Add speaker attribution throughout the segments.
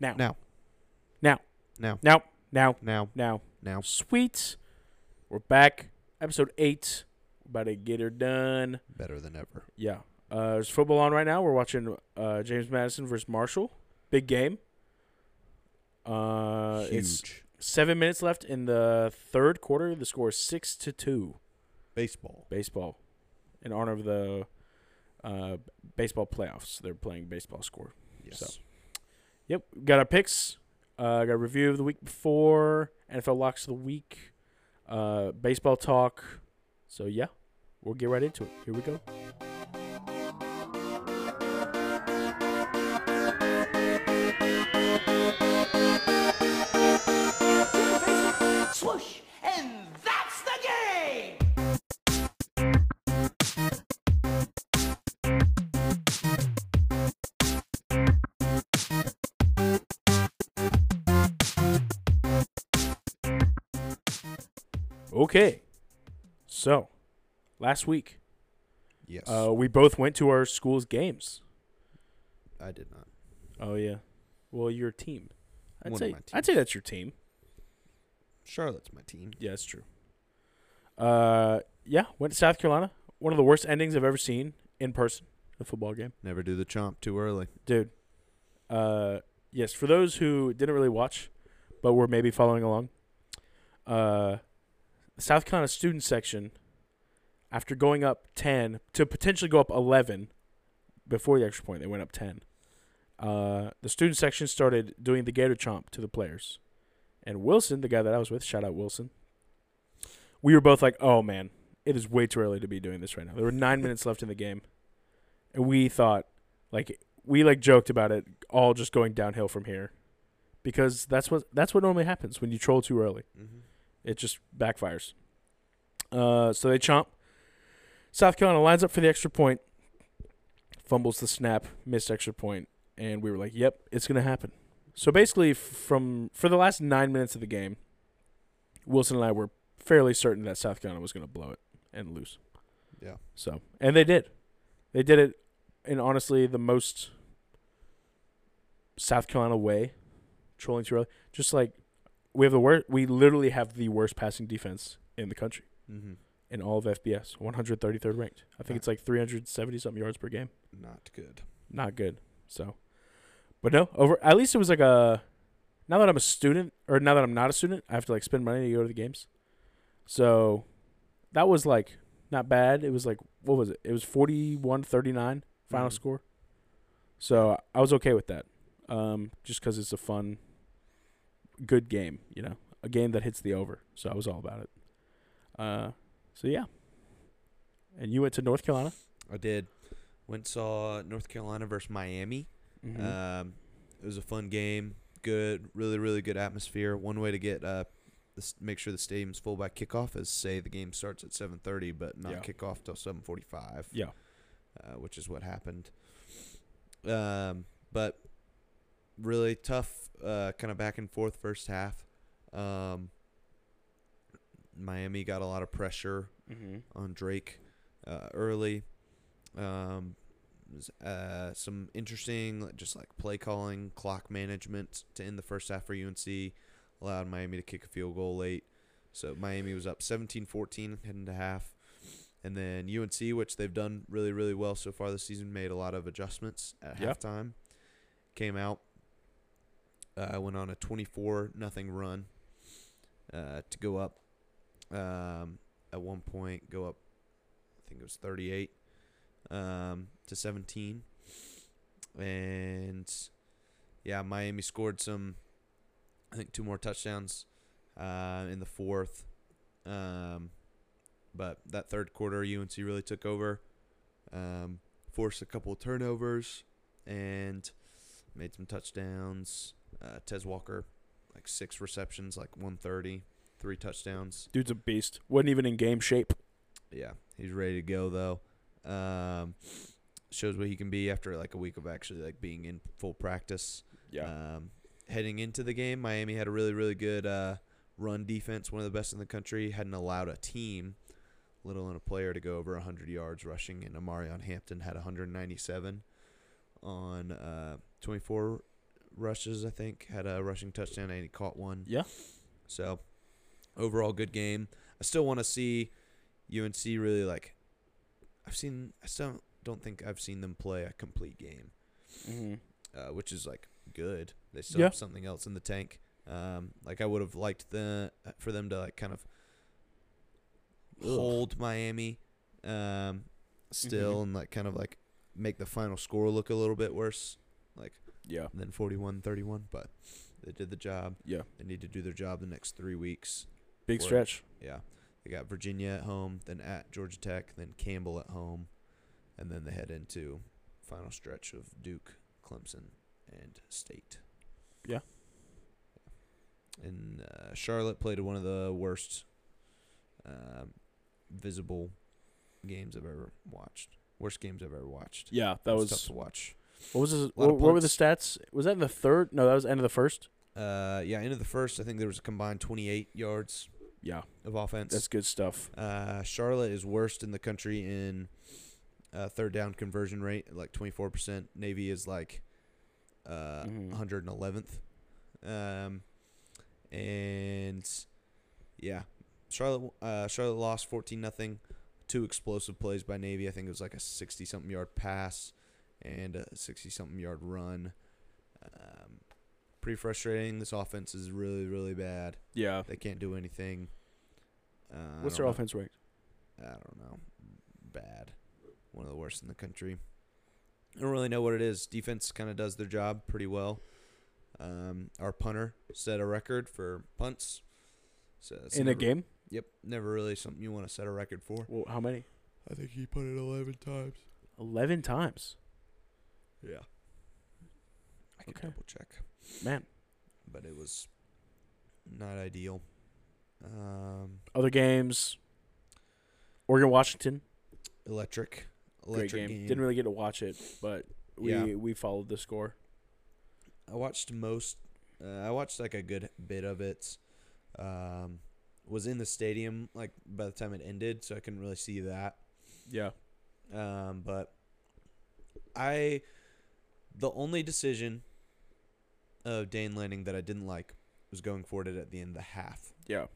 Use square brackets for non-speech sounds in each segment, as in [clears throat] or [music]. Speaker 1: Now.
Speaker 2: Now.
Speaker 1: Now.
Speaker 2: Now.
Speaker 1: Now. Now.
Speaker 2: Now.
Speaker 1: Now.
Speaker 2: Now.
Speaker 1: Sweet. We're back. Episode eight. About to get her done.
Speaker 2: Better than ever.
Speaker 1: Yeah. Uh, there's football on right now. We're watching uh, James Madison versus Marshall. Big game. Uh, It's
Speaker 2: Huge.
Speaker 1: seven minutes left in the third quarter. The score is six to two.
Speaker 2: Baseball.
Speaker 1: Baseball, in honor of the uh, baseball playoffs. They're playing baseball score.
Speaker 2: Yes.
Speaker 1: So. Yep, got our picks. Uh, got a review of the week before NFL locks of the week, uh, baseball talk. So yeah, we'll get right into it. Here we go.
Speaker 3: Swoosh! And that's the game!
Speaker 1: Okay, so last week
Speaker 2: Yes.
Speaker 1: uh, we both went to our school's games.
Speaker 2: I did not.
Speaker 1: Oh yeah, well your team. I'd
Speaker 2: One of
Speaker 1: say
Speaker 2: my
Speaker 1: I'd say that's your team.
Speaker 2: Charlotte's my team.
Speaker 1: Yeah, that's true. Uh, yeah, went to South Carolina. One of the worst endings I've ever seen in person. A football game.
Speaker 2: Never do the chomp too early.
Speaker 1: dude. Uh, yes, for those who didn't really watch, but were maybe following along, uh, South Carolina student section, after going up ten to potentially go up eleven, before the extra point, they went up ten. Uh, the student section started doing the Gator Chomp to the players, and Wilson, the guy that I was with, shout out Wilson. We were both like, "Oh man, it is way too early to be doing this right now." There were nine minutes left in the game, and we thought, like, we like joked about it all just going downhill from here because that's what that's what normally happens when you troll too early
Speaker 2: Mm-hmm.
Speaker 1: it just backfires uh, so they chomp south carolina lines up for the extra point fumbles the snap missed extra point and we were like yep it's going to happen so basically f- from for the last nine minutes of the game wilson and i were fairly certain that south carolina was going to blow it and lose
Speaker 2: Yeah.
Speaker 1: so, and they did. They did it in honestly the most South Carolina way, trolling too early. Just like we have the worst, we literally have the worst passing defense in the country
Speaker 2: Mm-hmm.
Speaker 1: in all of FBS, 133rd ranked. I think it's like 370 something yards per game.
Speaker 2: Not good.
Speaker 1: Not good. So, but no, over at least it was like a. Now that I'm a student, or now that I'm not a student, I have to like spend money to go to the games. So, that was like not bad. It was like what was it? It was 41 39 final
Speaker 2: Mhm.
Speaker 1: score. So I was okay with that, um, just because it's a fun, good game. You know, a game that hits the over. So I was all about it. Uh, so yeah. And you went to North Carolina.
Speaker 2: I did. Went and saw North Carolina versus Miami.
Speaker 1: Mm-hmm.
Speaker 2: Um, it was a fun game. Good, really, really good atmosphere. One way to get uh, this, make sure the stadium's full by kickoff is say the game starts at 7:30, but not
Speaker 1: Yeah.
Speaker 2: kickoff till 7:45.
Speaker 1: Yeah.
Speaker 2: uh, which is what happened. Um, but really tough, uh, kind of back and forth first half. Um, Miami got a lot of pressure
Speaker 1: mm-hmm.
Speaker 2: on Drake uh, early. Um, s- uh, some interesting, like, just like play calling, clock management to end the first half for UNC. Allowed Miami to kick a field goal late. So Miami was up 17 14 heading to half. And then UNC, which they've done really, really well so far this season, made a lot of adjustments at
Speaker 1: Yeah.
Speaker 2: halftime. Came out, uh, went on a 24 nothing run uh, to go up. Um, at one point go up I think it was 38 um, to 17 and yeah Miami scored some I think two more touchdowns uh, in the fourth um, but that third quarter UNC really took over um, forced a couple of turnovers and made some touchdowns uh, Tez Walker like six receptions like 130 three touchdowns
Speaker 1: Dude's a beast. Wasn't even in game shape.
Speaker 2: yeah, he's ready to go though. Um, shows what he can be after like a week of actually like being in full practice. Um, heading into the game, Miami had a really really good uh, run defense, one of the best in the country. Hadn't allowed a team, let alone a player, to go over 100 yards rushing. And Amarion Hampton had 197 on uh, 24 rushes, I think, had a rushing touchdown and he caught one.
Speaker 1: Yeah.
Speaker 2: So overall good game. I still want to see UNC really like I've seen I still don't think I've seen them play a complete game,
Speaker 1: Mm-hmm.
Speaker 2: uh, which is like good. They still
Speaker 1: Yeah.
Speaker 2: have something else in the tank. Um, like I would have liked the uh, for them to like kind of
Speaker 1: Ugh.
Speaker 2: hold Miami um, still
Speaker 1: Mhm.
Speaker 2: and like kind of like make the final score look a little bit worse
Speaker 1: Yeah.
Speaker 2: than 41-31, but they did the job.
Speaker 1: Yeah.
Speaker 2: They need to do their job the next 3 weeks.
Speaker 1: Big
Speaker 2: Or-
Speaker 1: stretch.
Speaker 2: Yeah. They got Virginia at home, then at Georgia Tech, then Campbell at home, and then they head into final stretch of Duke, Clemson, and State.
Speaker 1: Yeah.
Speaker 2: And uh, Charlotte played one of the worst um, visible games I've ever watched. Worst games I've ever watched.
Speaker 1: Yeah,
Speaker 2: It
Speaker 1: that
Speaker 2: tough
Speaker 1: was.
Speaker 2: to watch.
Speaker 1: What was his,
Speaker 2: lot of
Speaker 1: what, what were the
Speaker 2: punts.
Speaker 1: stats? Was that in the third? No, that was end of the first.
Speaker 2: Uh, yeah, end of the first, I think there was a combined 28 yards
Speaker 1: Yeah,
Speaker 2: of offense.
Speaker 1: that's good stuff.
Speaker 2: Uh, Charlotte is worst in the country in uh, third down conversion rate, at like 24%. Navy is like uh,
Speaker 1: Mhm.
Speaker 2: 111th. Um, and yeah, Charlotte uh, Charlotte lost 14 nothing. Two explosive plays by Navy. I think it was like a 60 something yard pass and a 60 something yard run. Um, pretty frustrating. This offense is really, really bad.
Speaker 1: Yeah.
Speaker 2: They can't do anything. Uh, I
Speaker 1: What's
Speaker 2: don't
Speaker 1: their
Speaker 2: know.
Speaker 1: offense ranked?
Speaker 2: I don't know. Bad. One of the worst in the country. I don't really know what it is. Defense kind of does their job pretty well. Um, our punter set a record for punts. So that's
Speaker 1: in a
Speaker 2: never-
Speaker 1: game?
Speaker 2: Yep. Never really something you want to set a record for.
Speaker 1: Well, how many?
Speaker 2: I think he punted 11 times.
Speaker 1: Eleven times.
Speaker 2: Yeah. I can
Speaker 1: Okay.
Speaker 2: double check.
Speaker 1: Man.
Speaker 2: But it was not ideal. Um,
Speaker 1: Other games. Oregon Washington.
Speaker 2: electric.
Speaker 1: Great
Speaker 2: Electric
Speaker 1: game.
Speaker 2: game.
Speaker 1: Didn't really get to watch it, but we
Speaker 2: Yeah.
Speaker 1: we followed the score.
Speaker 2: I watched most. Uh, I watched like a good bit of it. Um, was in the stadium like by the time it ended, so I couldn't really see that.
Speaker 1: Yeah.
Speaker 2: Um, but I, the only decision of Dane Lanning that I didn't like was going for it at the end of the half.
Speaker 1: Yeah.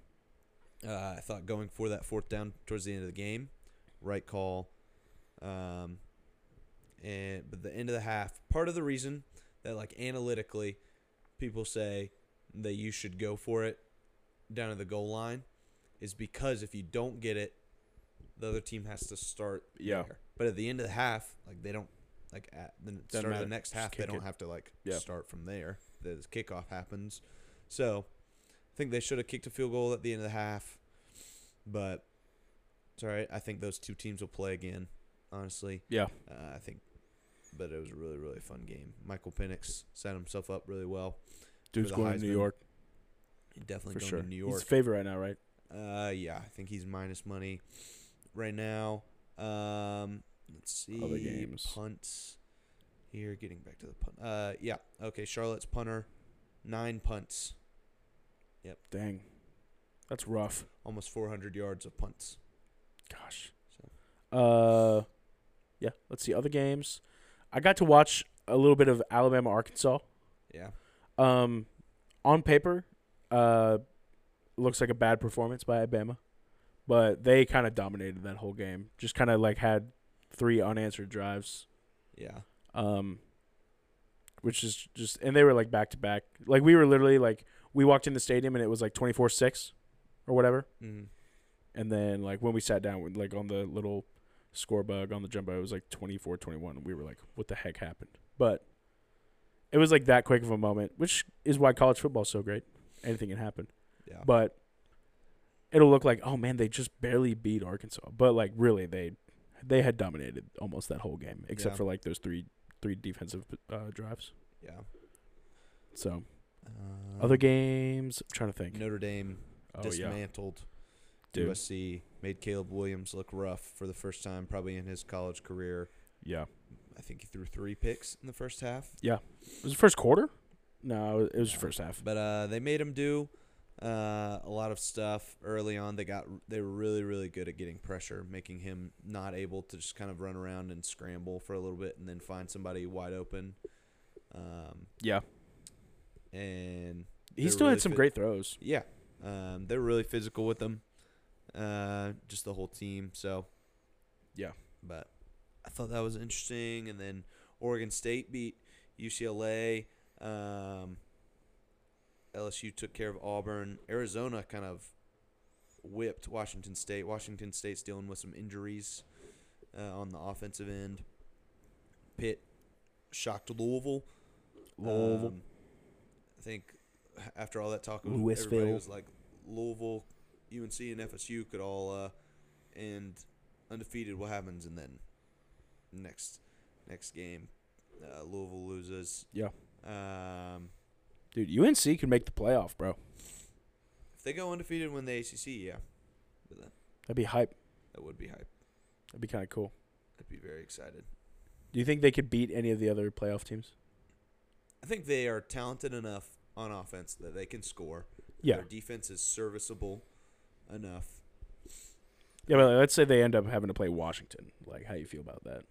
Speaker 2: Uh, I thought going for that fourth down towards the end of the game, right call. Um, and but the end of the half, part of the reason that like analytically, people say that you should go for it down to the goal line, is because if you don't get it, the other team has to start.
Speaker 1: Yeah.
Speaker 2: there. But at the end of the half, like they don't like at the start of
Speaker 1: matter.
Speaker 2: the next
Speaker 1: Just
Speaker 2: half, they
Speaker 1: kick
Speaker 2: don't
Speaker 1: it.
Speaker 2: have to like
Speaker 1: Yeah.
Speaker 2: start from there. The kickoff happens, so I think they should have kicked a field goal at the end of the half, but it's all right. I think those two teams will play again. Honestly,
Speaker 1: Yeah.
Speaker 2: uh, I think, but it was a really really fun game. Michael Penix set himself up really well.
Speaker 1: Dude's
Speaker 2: the
Speaker 1: going to New
Speaker 2: Heisman,
Speaker 1: York
Speaker 2: Definitely
Speaker 1: for
Speaker 2: going
Speaker 1: sure.
Speaker 2: to New
Speaker 1: He's
Speaker 2: York.
Speaker 1: favorite right now, right?
Speaker 2: uh, yeah, I think he's minus money right now. Um, let's see
Speaker 1: Other games.
Speaker 2: punts here. Getting back to the punt. Uh, yeah, okay. Charlotte's punter, nine punts,
Speaker 1: Dang. That's rough.
Speaker 2: almost 400 yards of punts.
Speaker 1: Gosh.
Speaker 2: So.
Speaker 1: Uh, yeah. Let's see other games. I got to watch a little bit of Alabama Arkansas.
Speaker 2: Yeah,
Speaker 1: Um, on paper, uh, looks like a bad performance by Alabama, but they kind of dominated that whole game. Just kind of like had three unanswered drives.
Speaker 2: yeah.
Speaker 1: Um, which is just and they were like back to back. Like we were literally like we walked in the stadium and it was like twenty four six, or whatever.
Speaker 2: Mm-hmm.
Speaker 1: And then like when we sat down with like on the little score bug on the jumbo, it was like 24-21. We were like, what the heck happened? But it was like that quick of a moment, which is why college football's so great. Anything can happen.
Speaker 2: Yeah.
Speaker 1: But it'll look like, oh man, they just barely beat Arkansas. But like really they they had dominated almost that whole game, except
Speaker 2: Yeah.
Speaker 1: for like those three three defensive uh, drives.
Speaker 2: yeah.
Speaker 1: So
Speaker 2: Um,
Speaker 1: other games, I'm trying to think.
Speaker 2: Notre Dame
Speaker 1: oh yeah,
Speaker 2: dismantled
Speaker 1: Dude.
Speaker 2: USC, made Caleb Williams look rough for the first time probably in his college career.
Speaker 1: yeah.
Speaker 2: I think he threw three picks in the first half,
Speaker 1: It was the first quarter. No, it was the first half.
Speaker 2: but uh, they made him do uh, a lot of stuff early on. They got they were really really good at getting pressure, making him not able to just kind of run around and scramble for a little bit and then find somebody wide open. Um,
Speaker 1: Yeah.
Speaker 2: and
Speaker 1: He
Speaker 2: they're
Speaker 1: still
Speaker 2: really
Speaker 1: had some
Speaker 2: fit-
Speaker 1: great throws.
Speaker 2: Yeah, um, they're really physical with them. Uh, just the whole team. So,
Speaker 1: Yeah.
Speaker 2: But I thought that was interesting. And then Oregon State beat UCLA. Um, LSU took care of Auburn. Arizona kind of whipped Washington State. Washington State's dealing with some injuries uh, on the offensive end. Pitt shocked Louisville.
Speaker 1: Louisville.
Speaker 2: Um, I think after all that talk, it was-
Speaker 1: Louisville.
Speaker 2: everybody was like Louisville, UNC, and FSU could all uh, end undefeated. What happens and then next next game, uh, Louisville loses.
Speaker 1: Yeah.
Speaker 2: Um,
Speaker 1: Dude, UNC could make the playoff, bro.
Speaker 2: if they go undefeated and win the ACC, yeah, but that,
Speaker 1: That'd be hype.
Speaker 2: that would be hype.
Speaker 1: That'd be kind of cool.
Speaker 2: I'd be very excited.
Speaker 1: Do you think they could beat any of the other playoff teams?
Speaker 2: I think they are talented enough on offense that they can score.
Speaker 1: Yeah.
Speaker 2: Their defense is serviceable enough.
Speaker 1: Yeah, but let's say they end up having to play Washington. Like, how you feel about that?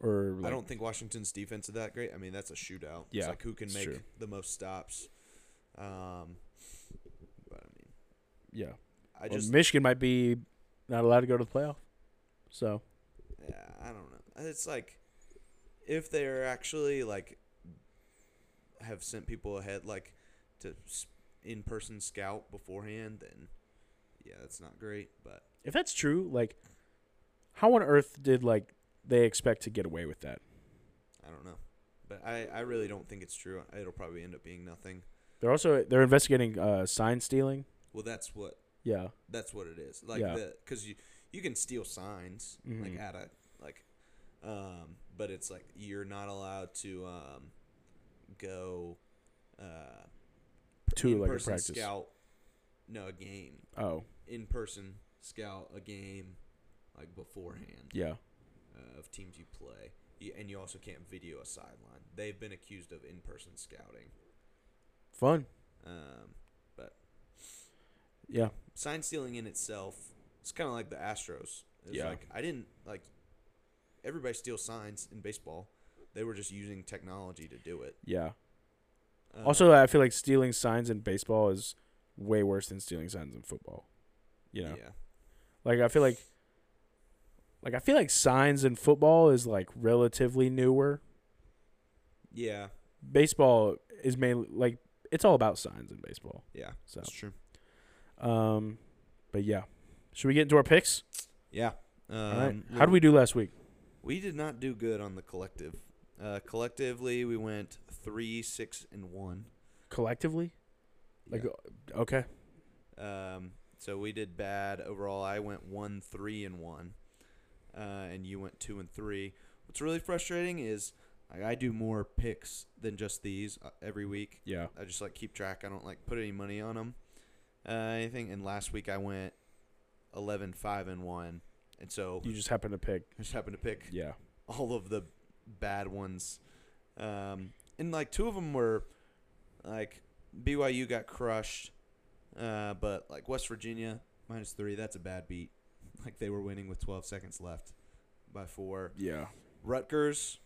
Speaker 1: Or like,
Speaker 2: I don't think Washington's defense is that great. I mean, that's a shootout. It's
Speaker 1: Yeah,
Speaker 2: like who can
Speaker 1: it's
Speaker 2: make
Speaker 1: true.
Speaker 2: the most stops. Um, but I mean,
Speaker 1: Yeah,
Speaker 2: I
Speaker 1: Well,
Speaker 2: just
Speaker 1: Michigan might be not allowed to go to the playoff. So
Speaker 2: yeah, I don't know. It's like if they are actually like have sent people ahead like to in person scout beforehand, then yeah, that's not great. But
Speaker 1: if that's true, like, how on earth did like they expect to get away with that?
Speaker 2: I don't know. But I, I really don't think it's true. It'll probably end up being nothing.
Speaker 1: They're also they're investigating uh, sign stealing.
Speaker 2: Well, that's what
Speaker 1: Yeah,
Speaker 2: that's what it is. Like
Speaker 1: Yeah.
Speaker 2: the because you you can steal signs like
Speaker 1: Mhm.
Speaker 2: at a like, um, but it's like you're not allowed to um, go uh,
Speaker 1: To, like, a
Speaker 2: in-person
Speaker 1: practice.
Speaker 2: scout. No, a game
Speaker 1: Oh,
Speaker 2: in person scout a game like beforehand
Speaker 1: yeah.
Speaker 2: uh, of teams you play, you, and you also can't video a sideline. They've been accused of in person scouting.
Speaker 1: Fun.
Speaker 2: Um, but
Speaker 1: Yeah.
Speaker 2: sign stealing in itself, it's kind of like the Astros. It's
Speaker 1: Yeah.
Speaker 2: like I didn't like everybody steals signs in baseball. They were just using technology to do it.
Speaker 1: Yeah.
Speaker 2: Um,
Speaker 1: Also, I feel like stealing signs in baseball is way worse than stealing signs in football. You know,
Speaker 2: yeah,
Speaker 1: like I feel like, like I feel like signs in football is like relatively newer.
Speaker 2: yeah,
Speaker 1: Baseball is mainly like it's all about signs in baseball.
Speaker 2: yeah.
Speaker 1: So,
Speaker 2: That's true.
Speaker 1: um, but yeah, should we get into our picks?
Speaker 2: Yeah. Um,
Speaker 1: All right. How did we do last week?
Speaker 2: We did not do good on the collective. Uh, collectively, we went three, six, and one.
Speaker 1: Collectively, like
Speaker 2: Yeah.
Speaker 1: uh, okay,
Speaker 2: Um, so we did bad overall. I went one, three, and one, uh, and you went two and three. What's really frustrating is like, I do more picks than just these uh, every week.
Speaker 1: yeah,
Speaker 2: I just like keep track. I don't like put any money on them, uh, anything. And last week I went 11, 5, and one, and so
Speaker 1: you just happened to pick.
Speaker 2: I just happened to pick
Speaker 1: Yeah,
Speaker 2: all of the bad ones. Um, and like two of them were like BYU got crushed, uh, but like West Virginia minus three, that's a bad beat. Like they were winning with 12 seconds left by four.
Speaker 1: yeah,
Speaker 2: Rutgers,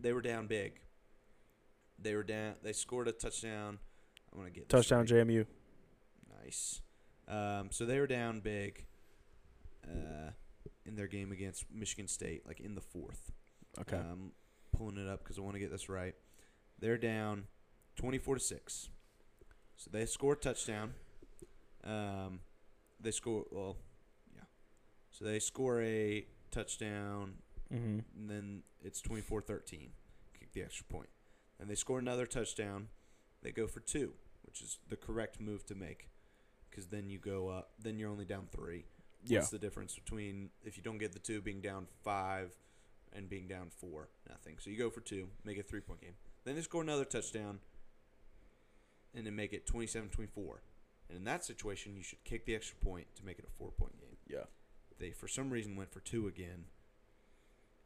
Speaker 2: they were down big. They were down. They scored a touchdown. I'm gonna get this
Speaker 1: touchdown
Speaker 2: right.
Speaker 1: JMU.
Speaker 2: Nice. Um, so they were down big uh, in their game against Michigan State, like in the fourth.
Speaker 1: Okay,
Speaker 2: Um, pulling it up because I want to get this right. They're down 24 to 6. So they score a touchdown. Um, they score, well, yeah. So they score a touchdown,
Speaker 1: mm-hmm.
Speaker 2: and then it's 24 13. Kick the extra point. And they score another touchdown. They go for two, which is the correct move to make because then you go up, then you're only down three.
Speaker 1: yeah,
Speaker 2: What's the difference between if you don't get the two being down five and being down four? Nothing. So you go for two, make it a three point game. Then they score another touchdown and then make it 27 24. And in that situation, you should kick the extra point to make it a four point game.
Speaker 1: yeah,
Speaker 2: They, for some reason, went for two again.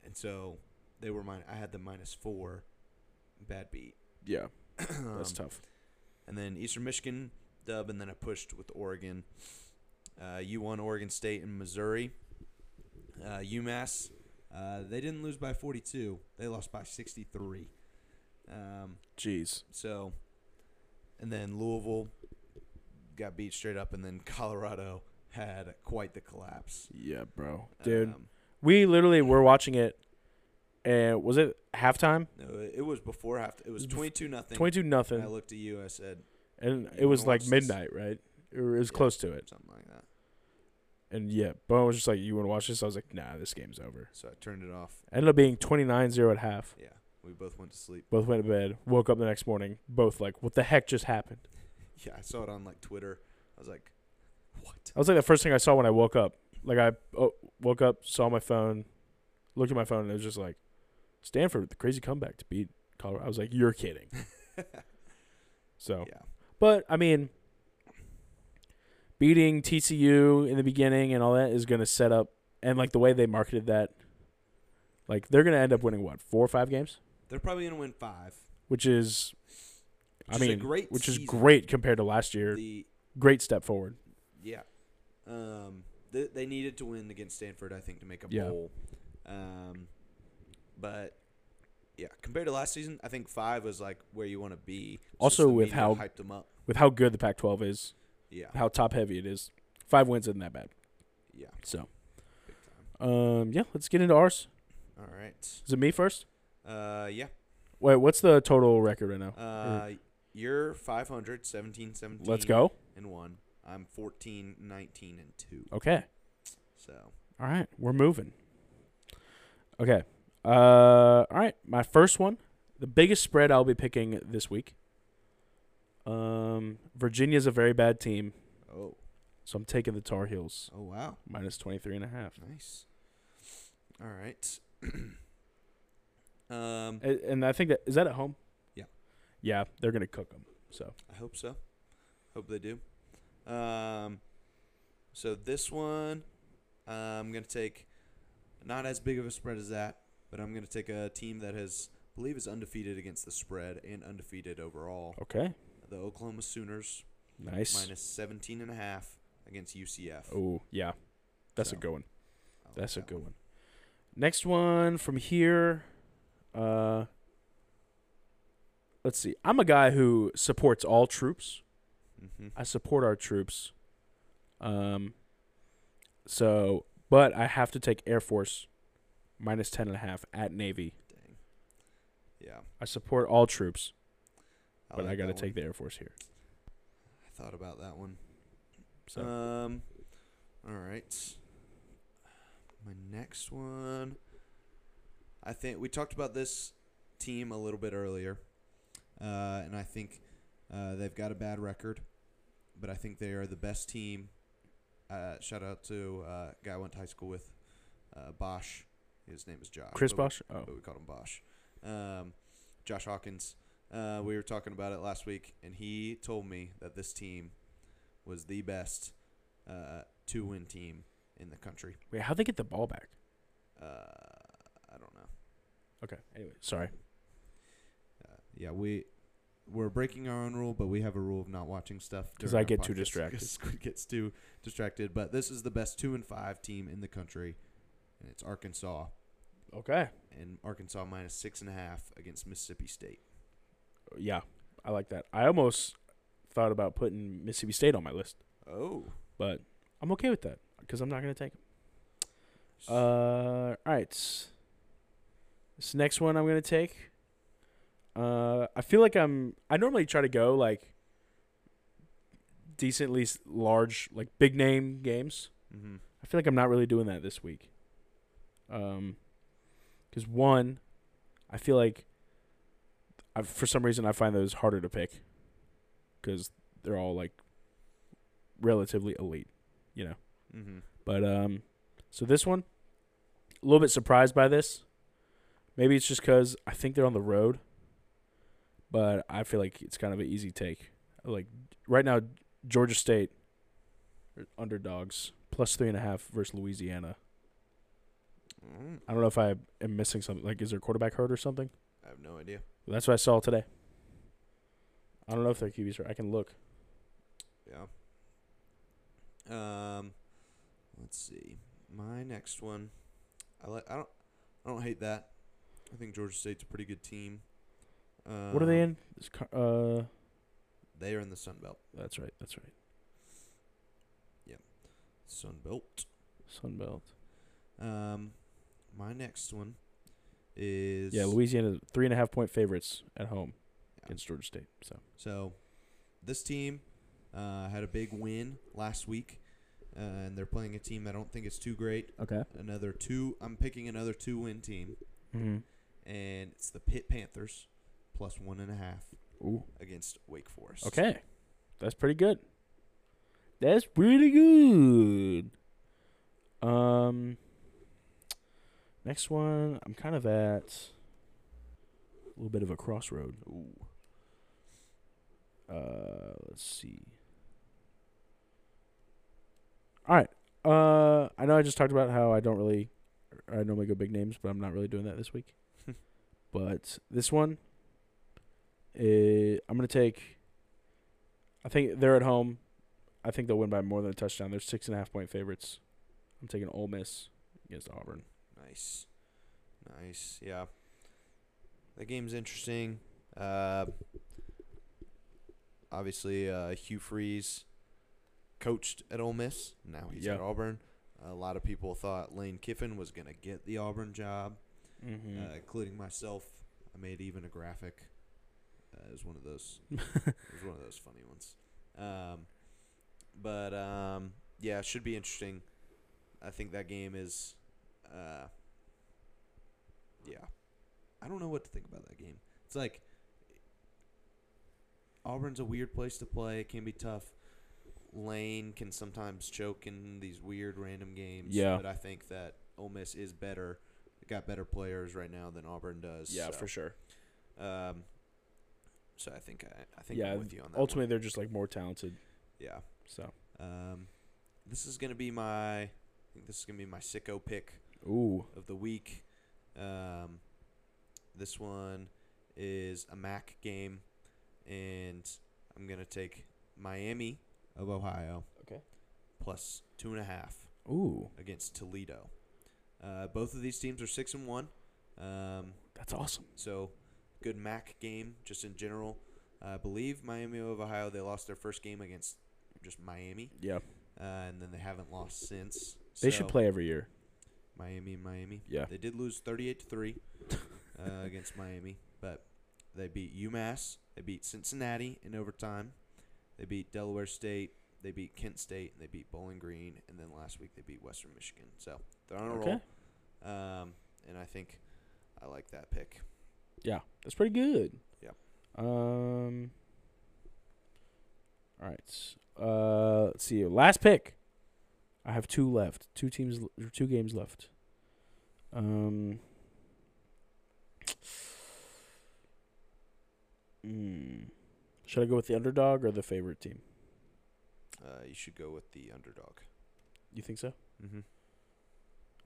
Speaker 2: And so they were mine. I had the minus four. Bad beat.
Speaker 1: yeah.
Speaker 2: [clears throat] Um,
Speaker 1: That's tough.
Speaker 2: and then Eastern Michigan dub, and then I pushed with Oregon. Uh, you won Oregon State and Missouri. Uh, UMass, uh, they didn't lose by 42. They lost by 63. Um,
Speaker 1: Jeez.
Speaker 2: so, and then Louisville got beat straight up, and then [laughs] Colorado had quite the collapse.
Speaker 1: Yeah, bro. Dude,
Speaker 2: Um,
Speaker 1: Uh, we literally were watching it, and was it halftime?
Speaker 2: no, it- it was before half. It was
Speaker 1: Bef-
Speaker 2: twenty-two nothing.
Speaker 1: Twenty-two
Speaker 2: And I
Speaker 1: nothing,
Speaker 2: looked at you. and I said
Speaker 1: and it
Speaker 2: wanna
Speaker 1: was like
Speaker 2: watch this?
Speaker 1: midnight, right? It was
Speaker 2: Yeah.
Speaker 1: close to it,
Speaker 2: something like that.
Speaker 1: and yeah, Bowen was just like, "You want to watch this?" I was like, "Nah, this game's over."
Speaker 2: So I turned it off.
Speaker 1: Ended up being 29-0 at half.
Speaker 2: Yeah, we both went to sleep. [laughs]
Speaker 1: Both went to bed. Woke up the next morning. Both like, "What the heck just happened?"
Speaker 2: Yeah, I saw it on like Twitter. I was like, "What?"
Speaker 1: That was like the first thing I saw when I woke up. Like I oh, woke up, saw my phone, looked at my phone, and it was just like Stanford with the crazy comeback to beat Colorado. I was like, "You're kidding."
Speaker 2: [laughs]
Speaker 1: so,
Speaker 2: Yeah,
Speaker 1: but I mean, beating TCU in the beginning and all that is going to set up, and like the way they marketed that, like they're going to end up winning what four or five games,
Speaker 2: they're probably gonna win five.
Speaker 1: which is,
Speaker 2: Which
Speaker 1: I
Speaker 2: is a
Speaker 1: mean,
Speaker 2: great
Speaker 1: which
Speaker 2: season.
Speaker 1: is great compared to last year.
Speaker 2: The
Speaker 1: great step forward.
Speaker 2: Yeah. Um, th- they needed to win against Stanford, I think, to make a
Speaker 1: Yeah.
Speaker 2: bowl. Um, but yeah, compared to last season, I think five was like where you want to be. It's just
Speaker 1: Also
Speaker 2: the
Speaker 1: with
Speaker 2: media
Speaker 1: how-
Speaker 2: hyped them up.
Speaker 1: With how good the Pac-12 is,
Speaker 2: Yeah,
Speaker 1: how top heavy it is, five wins isn't that bad.
Speaker 2: yeah,
Speaker 1: So,
Speaker 2: big time.
Speaker 1: um, yeah, let's get into ours.
Speaker 2: All right.
Speaker 1: Is it me first?
Speaker 2: Uh, yeah.
Speaker 1: Wait, what's the total record right now?
Speaker 2: Uh, you're 500, 17, 17.
Speaker 1: Let's go.
Speaker 2: And one. I'm 14, 19, and two.
Speaker 1: Okay.
Speaker 2: So
Speaker 1: All right, we're moving. Okay. Uh, all right. My first one, the biggest spread I'll be picking this week. Um, Virginia's a very bad team,
Speaker 2: oh
Speaker 1: so I'm taking the Tar Heels
Speaker 2: oh wow,
Speaker 1: minus 23 and a half.
Speaker 2: nice. All right. [clears throat] um,
Speaker 1: A- And I think that is that at home.
Speaker 2: Yeah.
Speaker 1: Yeah, they're gonna cook them. So
Speaker 2: I hope so. Hope they do. Um, so this one, uh, I'm gonna take not as big of a spread as that, but I'm gonna take a team that has, I believe, is undefeated against the spread and undefeated overall.
Speaker 1: okay,
Speaker 2: The Oklahoma Sooners
Speaker 1: nice.
Speaker 2: minus 17 and a half against UCF.
Speaker 1: Oh yeah, that's
Speaker 2: So,
Speaker 1: a good one.
Speaker 2: I like
Speaker 1: That's a
Speaker 2: that
Speaker 1: good one. Next one from here. Uh, let's see. I'm a guy who supports all troops.
Speaker 2: Mhm.
Speaker 1: I support our troops. Um, so, but I have to take Air Force minus ten and a half at Navy.
Speaker 2: Dang. Yeah.
Speaker 1: I support all troops, but I
Speaker 2: like
Speaker 1: got to
Speaker 2: that one.
Speaker 1: take the Air Force here.
Speaker 2: I thought about that one.
Speaker 1: So,
Speaker 2: Um, all right. My next one. I think we talked about this team a little bit earlier, uh, and I think uh, they've got a bad record, but I think they are the best team. Uh, shout out to uh, a guy I went to high school with, uh, Bosch. His name is Josh.
Speaker 1: Chris
Speaker 2: but we-
Speaker 1: Bosch. Oh,
Speaker 2: but we called him Bosch. Um, Josh Hawkins. Uh, we were talking about it last week, and he told me that this team was the best uh, two win team in the country.
Speaker 1: wait, how'd they get the ball back?
Speaker 2: Uh, I don't know.
Speaker 1: Okay. Anyway, sorry.
Speaker 2: Uh, yeah, we we're breaking our own rule, but we have a rule of not watching stuff
Speaker 1: 'Cause
Speaker 2: during
Speaker 1: I
Speaker 2: our
Speaker 1: get too
Speaker 2: podcasts
Speaker 1: distracted.
Speaker 2: [laughs] 'cause Squid gets too distracted. But this is the best two and five team in the country, and it's Arkansas.
Speaker 1: Okay.
Speaker 2: And Arkansas minus six and a half against Mississippi State.
Speaker 1: Yeah, I like that. I almost thought about putting Mississippi State on my list,
Speaker 2: Oh,
Speaker 1: but I'm okay with that because I'm not going to take 'em. Uh, all right. This next one I'm going to take. Uh, I feel like I'm. I normally try to go like decently s- large, like big name games.
Speaker 2: mm-hmm.
Speaker 1: I feel like I'm not really doing that this week. Um, because one, I feel like I for some reason I find those harder to pick because they're all like relatively elite, you know.
Speaker 2: Mm-hmm.
Speaker 1: But um, so this one, a little bit surprised by this. Maybe it's just because I think they're on the road, but I feel like it's kind of an easy take. Like right now, Georgia State are underdogs plus three and a half versus Louisiana.
Speaker 2: Mm,
Speaker 1: I don't know if I am missing something. Like, is their quarterback hurt or something?
Speaker 2: I have no idea.
Speaker 1: That's what I saw today. I don't know if their QBs are. I can look.
Speaker 2: Yeah. Um, let's see. My next one, I like. I don't. I don't hate that. I think Georgia State's a pretty good team. Um,
Speaker 1: What are they in? This car, uh,
Speaker 2: They are in the Sun Belt.
Speaker 1: that's right. That's right.
Speaker 2: Sun Belt.
Speaker 1: Sunbelt.
Speaker 2: Um, my next one is
Speaker 1: Yeah, Louisiana three and a half point favorites at home
Speaker 2: Yeah.
Speaker 1: against Georgia State. So
Speaker 2: So, this team uh, had a big win last week, uh, and they're playing a team that I don't think is too great.
Speaker 1: okay.
Speaker 2: Another two. I'm picking another two win team,
Speaker 1: hmm
Speaker 2: and it's the Pitt Panthers plus one and a half
Speaker 1: Ooh.
Speaker 2: against Wake Forest.
Speaker 1: Okay, that's pretty good. That's pretty good. Um, next one, I'm kind of at a little bit of a crossroad.
Speaker 2: Ooh.
Speaker 1: Uh, let's see. All right. Uh, I know I just talked about how I don't really, I normally go big names, but I'm not really doing that this week. but this one, eh, I'm gonna take. I think they're at home. I think they'll win by more than a touchdown. They're six and a half point favorites. I'm taking Ole Miss against Auburn.
Speaker 2: Nice. Nice. Yeah. The game's interesting. Uh, obviously, uh, Hugh Freeze coached at Ole Miss. Now he's at
Speaker 1: Yeah.
Speaker 2: Auburn. A lot of people thought Lane Kiffin was going to get the Auburn job,
Speaker 1: Mm-hmm.
Speaker 2: uh, including myself. I made even a graphic. Uh, it was one of
Speaker 1: [laughs]
Speaker 2: those. it was one of those funny ones. Um, but um, yeah, it should be interesting. I think that game is. Uh, yeah, I don't know what to think about that game. It's like Auburn's a weird place to play. It can be tough. Lane can sometimes choke in these weird random games.
Speaker 1: Yeah.
Speaker 2: but I think that Ole Miss is better. Got better players right now than Auburn does. so,
Speaker 1: sure.
Speaker 2: Um, so I think I, I think
Speaker 1: Yeah,
Speaker 2: I'm with you on that. one.
Speaker 1: Ultimately, they're just like more talented.
Speaker 2: yeah.
Speaker 1: So,
Speaker 2: Um, this is gonna be my. I think this is gonna be my sicko pick
Speaker 1: ooh,
Speaker 2: of the week. Um, this one is a MAC game, and I'm gonna take Miami of Ohio.
Speaker 1: Okay.
Speaker 2: Plus two and a half
Speaker 1: ooh,
Speaker 2: against Toledo. Uh, both of these teams are six and one. Um,
Speaker 1: that's awesome.
Speaker 2: so good MAC game just in general. Uh, I believe Miami of Ohio they lost their first game against just Miami,
Speaker 1: Yeah,
Speaker 2: uh, and then they haven't lost since.
Speaker 1: they should
Speaker 2: So-
Speaker 1: play every year.
Speaker 2: Miami, Miami.
Speaker 1: Yeah.
Speaker 2: They did lose 38 to 3
Speaker 1: [laughs]
Speaker 2: uh, against Miami, but they beat UMass. They beat Cincinnati in overtime. They beat Delaware State. They beat Kent State. And they beat Bowling Green. And then last week they beat Western Michigan. So they're on a
Speaker 1: Okay.
Speaker 2: roll. Um, and I think I like that pick.
Speaker 1: Yeah, that's pretty good.
Speaker 2: Yep.
Speaker 1: Um. All right. Uh, let's see. Last pick. I have two left. Two teams. l- or Two games left. Um. Mm. Should I go with the underdog or the favorite team?
Speaker 2: Uh, you should go with the underdog.
Speaker 1: You think so?
Speaker 2: Mm-hmm.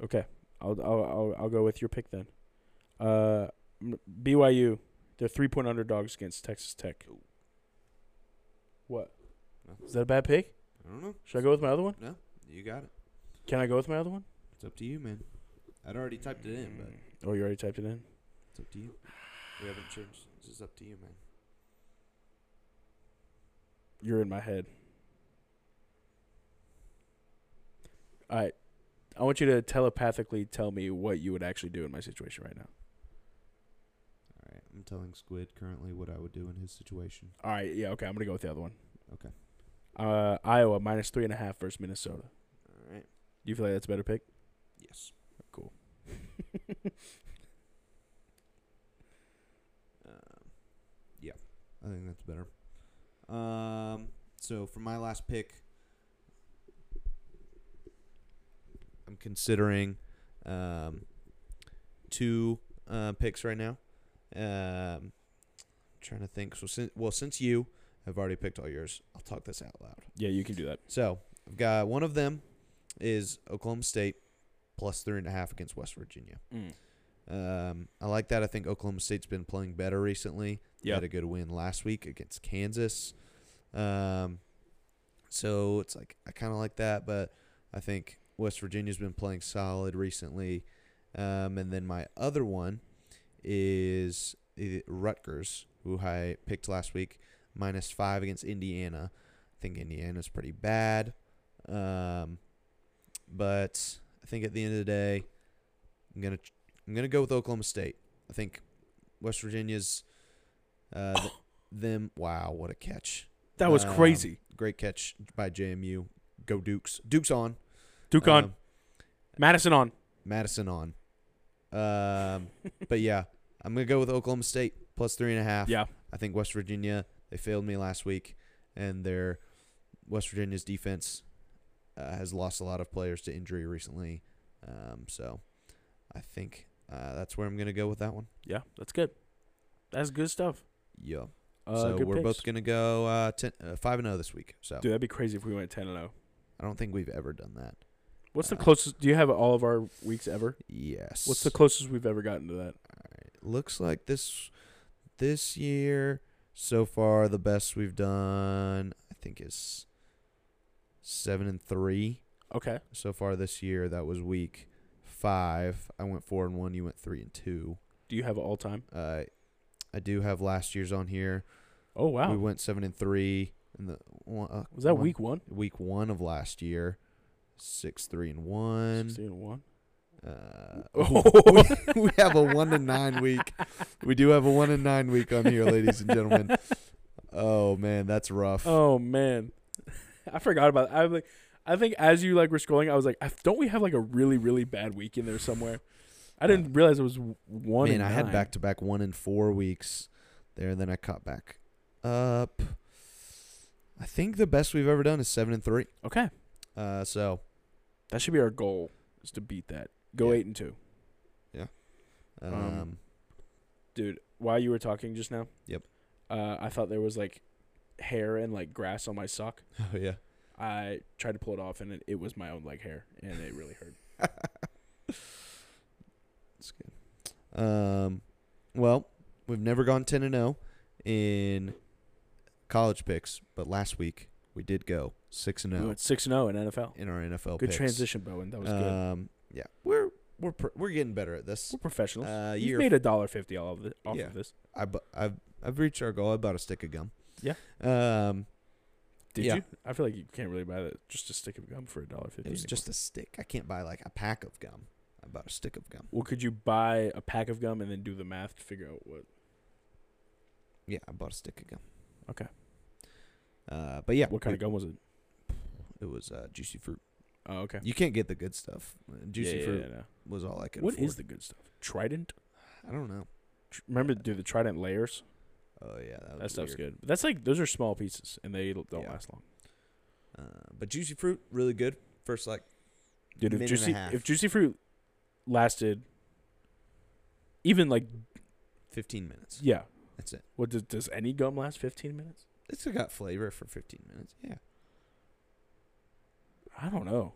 Speaker 1: Okay. I'll I'll I'll, I'll go with your pick then. Uh, m- BYU. They're three point underdogs against Texas Tech.
Speaker 2: Ooh.
Speaker 1: What?
Speaker 2: Nothing.
Speaker 1: Is that a bad pick?
Speaker 2: I don't know.
Speaker 1: Should I go with my other one?
Speaker 2: No, you got it.
Speaker 1: Can I go with my other one?
Speaker 2: It's up to you, man. I'd already typed it in, but
Speaker 1: Oh, you already typed it in.
Speaker 2: it's up to you. We haven't changed. This is up to you, man.
Speaker 1: You're in my head. All right. I want you to telepathically tell me what you would actually do in my situation right now.
Speaker 2: All right, I'm telling Squid currently what I would do in his situation.
Speaker 1: All right. Yeah. Okay. I'm gonna go with the other one.
Speaker 2: Okay.
Speaker 1: Uh, Iowa minus three and a half versus Minnesota.
Speaker 2: All right.
Speaker 1: Do you feel like that's a better pick?
Speaker 2: Yes.
Speaker 1: Cool.
Speaker 2: [laughs] Um, yeah, I think that's better. Um, so for my last pick, I'm considering um, two uh, picks right now. Um, trying to think. So since well, since you have already picked all yours, I'll talk this out loud.
Speaker 1: Yeah, you can do that.
Speaker 2: So I've got one of them is Oklahoma State plus three and a half against West Virginia. Um, I like that. I think Oklahoma State's been playing better recently. They
Speaker 1: Yeah.
Speaker 2: had a good win last week against Kansas. Um, so it's like I kind of like that, but I think West Virginia's been playing solid recently. Um, and then my other one is the Rutgers, who I picked last week, minus five against Indiana. I think Indiana's pretty bad. Um, but I think at the end of the day, I'm gonna I'm gonna go with Oklahoma State. I think West Virginia's uh, th- [coughs] them. Wow, what a catch!
Speaker 1: That was
Speaker 2: Um,
Speaker 1: crazy.
Speaker 2: Great catch by JMU. Go Dukes. Dukes on.
Speaker 1: Duke on.
Speaker 2: Um,
Speaker 1: Madison on.
Speaker 2: Madison on.
Speaker 1: [laughs]
Speaker 2: Um, but yeah, I'm gonna go with Oklahoma State plus three and a half.
Speaker 1: Yeah.
Speaker 2: I think West Virginia they failed me last week, and their West Virginia's defense uh, has lost a lot of players to injury recently. Um, so I think uh, that's where I'm gonna go with that one.
Speaker 1: Yeah. That's good. That's good stuff.
Speaker 2: Yeah.
Speaker 1: Uh,
Speaker 2: so
Speaker 1: good
Speaker 2: we're
Speaker 1: picks.
Speaker 2: both gonna go uh, ten, uh, five and zero this week. So
Speaker 1: Dude, that'd be crazy if we went 10 and 0.
Speaker 2: I don't think we've ever done that.
Speaker 1: What's the
Speaker 2: Uh,
Speaker 1: closest? Do you have all of our weeks ever?
Speaker 2: Yes.
Speaker 1: What's the closest we've ever gotten to that?
Speaker 2: looks like this this year so far the best we've done I think is seven and three
Speaker 1: Okay.
Speaker 2: so far this year. That was week five. I went four and one. You went three and two.
Speaker 1: Do you have all time?
Speaker 2: Uh, I do have last year's on here.
Speaker 1: Oh wow.
Speaker 2: We went seven and three in the one- uh,
Speaker 1: was that
Speaker 2: one-
Speaker 1: week one?
Speaker 2: week one of last year. Six three and one.
Speaker 1: Sixteen and one.
Speaker 2: Uh,
Speaker 1: Oh.
Speaker 2: [laughs] we have a [laughs] one and
Speaker 1: [laughs]
Speaker 2: nine week. We do have a one and nine week on here, ladies and gentlemen. Oh man, that's rough.
Speaker 1: Oh man, [laughs] I forgot about. That. I was like, I think as you like were scrolling, I was like, I, don't we have like a really really bad week in there somewhere? I didn't realize it was w- one.
Speaker 2: Uh, man,
Speaker 1: and
Speaker 2: I had
Speaker 1: nine.
Speaker 2: back to back one and four weeks there, and then I caught back up. I think the best we've ever done is seven and three.
Speaker 1: Okay,
Speaker 2: Uh, so
Speaker 1: that should be our goal is to beat that. Go
Speaker 2: Yeah.
Speaker 1: eight and two,
Speaker 2: um, [laughs]
Speaker 1: Um, dude. While you were talking just now,
Speaker 2: Yep.
Speaker 1: Uh, I thought there was like hair and like grass on my sock.
Speaker 2: oh yeah,
Speaker 1: I tried to pull it off, and it, it was my own leg hair, and it really hurt.
Speaker 2: [laughs] that's good. Um, well, we've never gone ten and zero in college picks, but last week we did go six and
Speaker 1: We
Speaker 2: zero
Speaker 1: went six and zero in NFL.
Speaker 2: in our NFL.
Speaker 1: Good
Speaker 2: picks.
Speaker 1: transition, Bowen. That was good.
Speaker 2: Um, yeah, we're we're pr- we're getting better at this.
Speaker 1: We're professionals.
Speaker 2: Uh,
Speaker 1: You've
Speaker 2: year
Speaker 1: made a dollar fifty off of this. Off
Speaker 2: Yeah.
Speaker 1: of this.
Speaker 2: I bu- I've I've reached our goal. I bought a stick of gum.
Speaker 1: Yeah.
Speaker 2: Um,
Speaker 1: Did
Speaker 2: Yeah.
Speaker 1: you? I feel like you can't really buy that just a stick of gum for a dollar fifty.
Speaker 2: it was just a stick. I can't buy like a pack of gum. I bought a stick of gum.
Speaker 1: Well, could you buy a pack of gum and then do the math to figure out what?
Speaker 2: Yeah, I bought a stick of gum.
Speaker 1: Okay.
Speaker 2: Uh, but yeah,
Speaker 1: What kind
Speaker 2: it,
Speaker 1: of gum was it?
Speaker 2: It was uh, juicy fruit.
Speaker 1: Oh, okay.
Speaker 2: You can't get the good stuff. Uh, Juicy fruit
Speaker 1: no.
Speaker 2: was all I could.
Speaker 1: What
Speaker 2: afford.
Speaker 1: is the good stuff? Trident.
Speaker 2: I don't know.
Speaker 1: Tr- Remember, do the Trident layers?
Speaker 2: Oh yeah, that, was
Speaker 1: That stuff's
Speaker 2: weird.
Speaker 1: good. But that's like those are small pieces and they don't
Speaker 2: Yeah.
Speaker 1: last long.
Speaker 2: Uh, but juicy fruit really good. First like
Speaker 1: Dude, if
Speaker 2: Minute and a
Speaker 1: juicy
Speaker 2: half.
Speaker 1: if juicy fruit lasted, even like
Speaker 2: fifteen minutes.
Speaker 1: yeah,
Speaker 2: That's it.
Speaker 1: what does, does any gum last? Fifteen minutes?
Speaker 2: It's got flavor for fifteen minutes. Yeah.
Speaker 1: I don't know.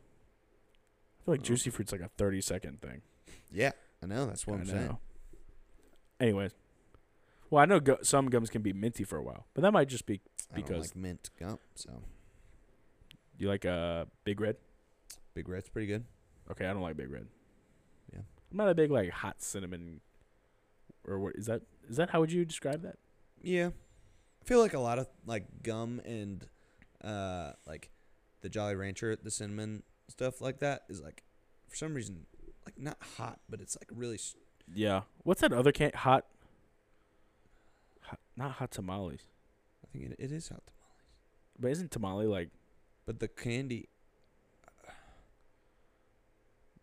Speaker 1: I feel like
Speaker 2: Oh.
Speaker 1: juicy fruit's like a thirty second thing.
Speaker 2: Yeah, I know. That's what
Speaker 1: I
Speaker 2: I'm saying.
Speaker 1: know. Anyways, well, I know gu- some gums can be minty for a while, but that might just be
Speaker 2: I don't
Speaker 1: Because-
Speaker 2: like mint gum, so
Speaker 1: you like uh big red.
Speaker 2: Big Red's pretty good.
Speaker 1: Okay, I don't like big red.
Speaker 2: Yeah.
Speaker 1: I'm not a big like hot cinnamon. Or what is that? Is that how would you describe that?
Speaker 2: Yeah, I feel like a lot of like gum and uh like the Jolly Rancher, the cinnamon stuff like that is like for some reason like not hot, but it's like really s-
Speaker 1: Yeah. What's that other can hot? hot not hot tamales,
Speaker 2: I think it, it is hot,
Speaker 1: but isn't tamale like?
Speaker 2: but the candy.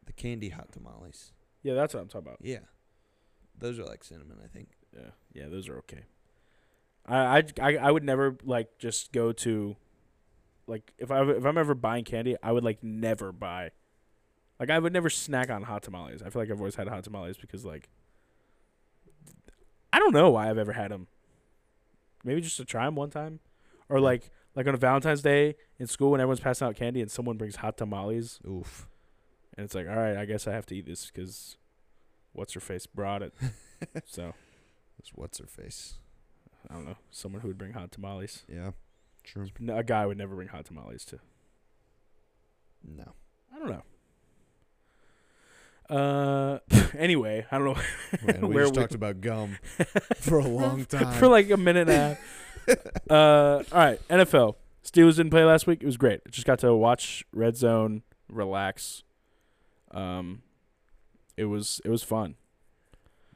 Speaker 2: The candy hot tamales.
Speaker 1: Yeah, that's what I'm talking about.
Speaker 2: Yeah. Those are like cinnamon, I think.
Speaker 1: Yeah, yeah, those are okay. I I I, I would never like just go to, like if I if I'm ever buying candy, I would like never buy, like I would never snack on hot tamales. I feel like I've always had hot tamales because like, I don't know why I've ever had them. Maybe just to try them one time, or
Speaker 2: Yeah.
Speaker 1: like like on a Valentine's Day in school when everyone's passing out candy and someone brings hot tamales
Speaker 2: Oof.
Speaker 1: and it's like, all right, I guess I have to eat this because, what's her face brought it, so.
Speaker 2: It's what's her face.
Speaker 1: I don't know, someone who would bring hot tamales.
Speaker 2: Yeah. True.
Speaker 1: No, a guy would never bring hot tamales to.
Speaker 2: No.
Speaker 1: I don't know. Uh, [laughs] anyway, I don't know.
Speaker 2: [laughs] Man, we
Speaker 1: Where
Speaker 2: just
Speaker 1: we-
Speaker 2: talked about
Speaker 1: [laughs]
Speaker 2: gum for a long time.
Speaker 1: for like a minute and a half.
Speaker 2: [laughs]
Speaker 1: Uh, all right, NFL. Steelers didn't play last week. It was great. Just got to watch Red Zone, relax. Um, it was it was fun,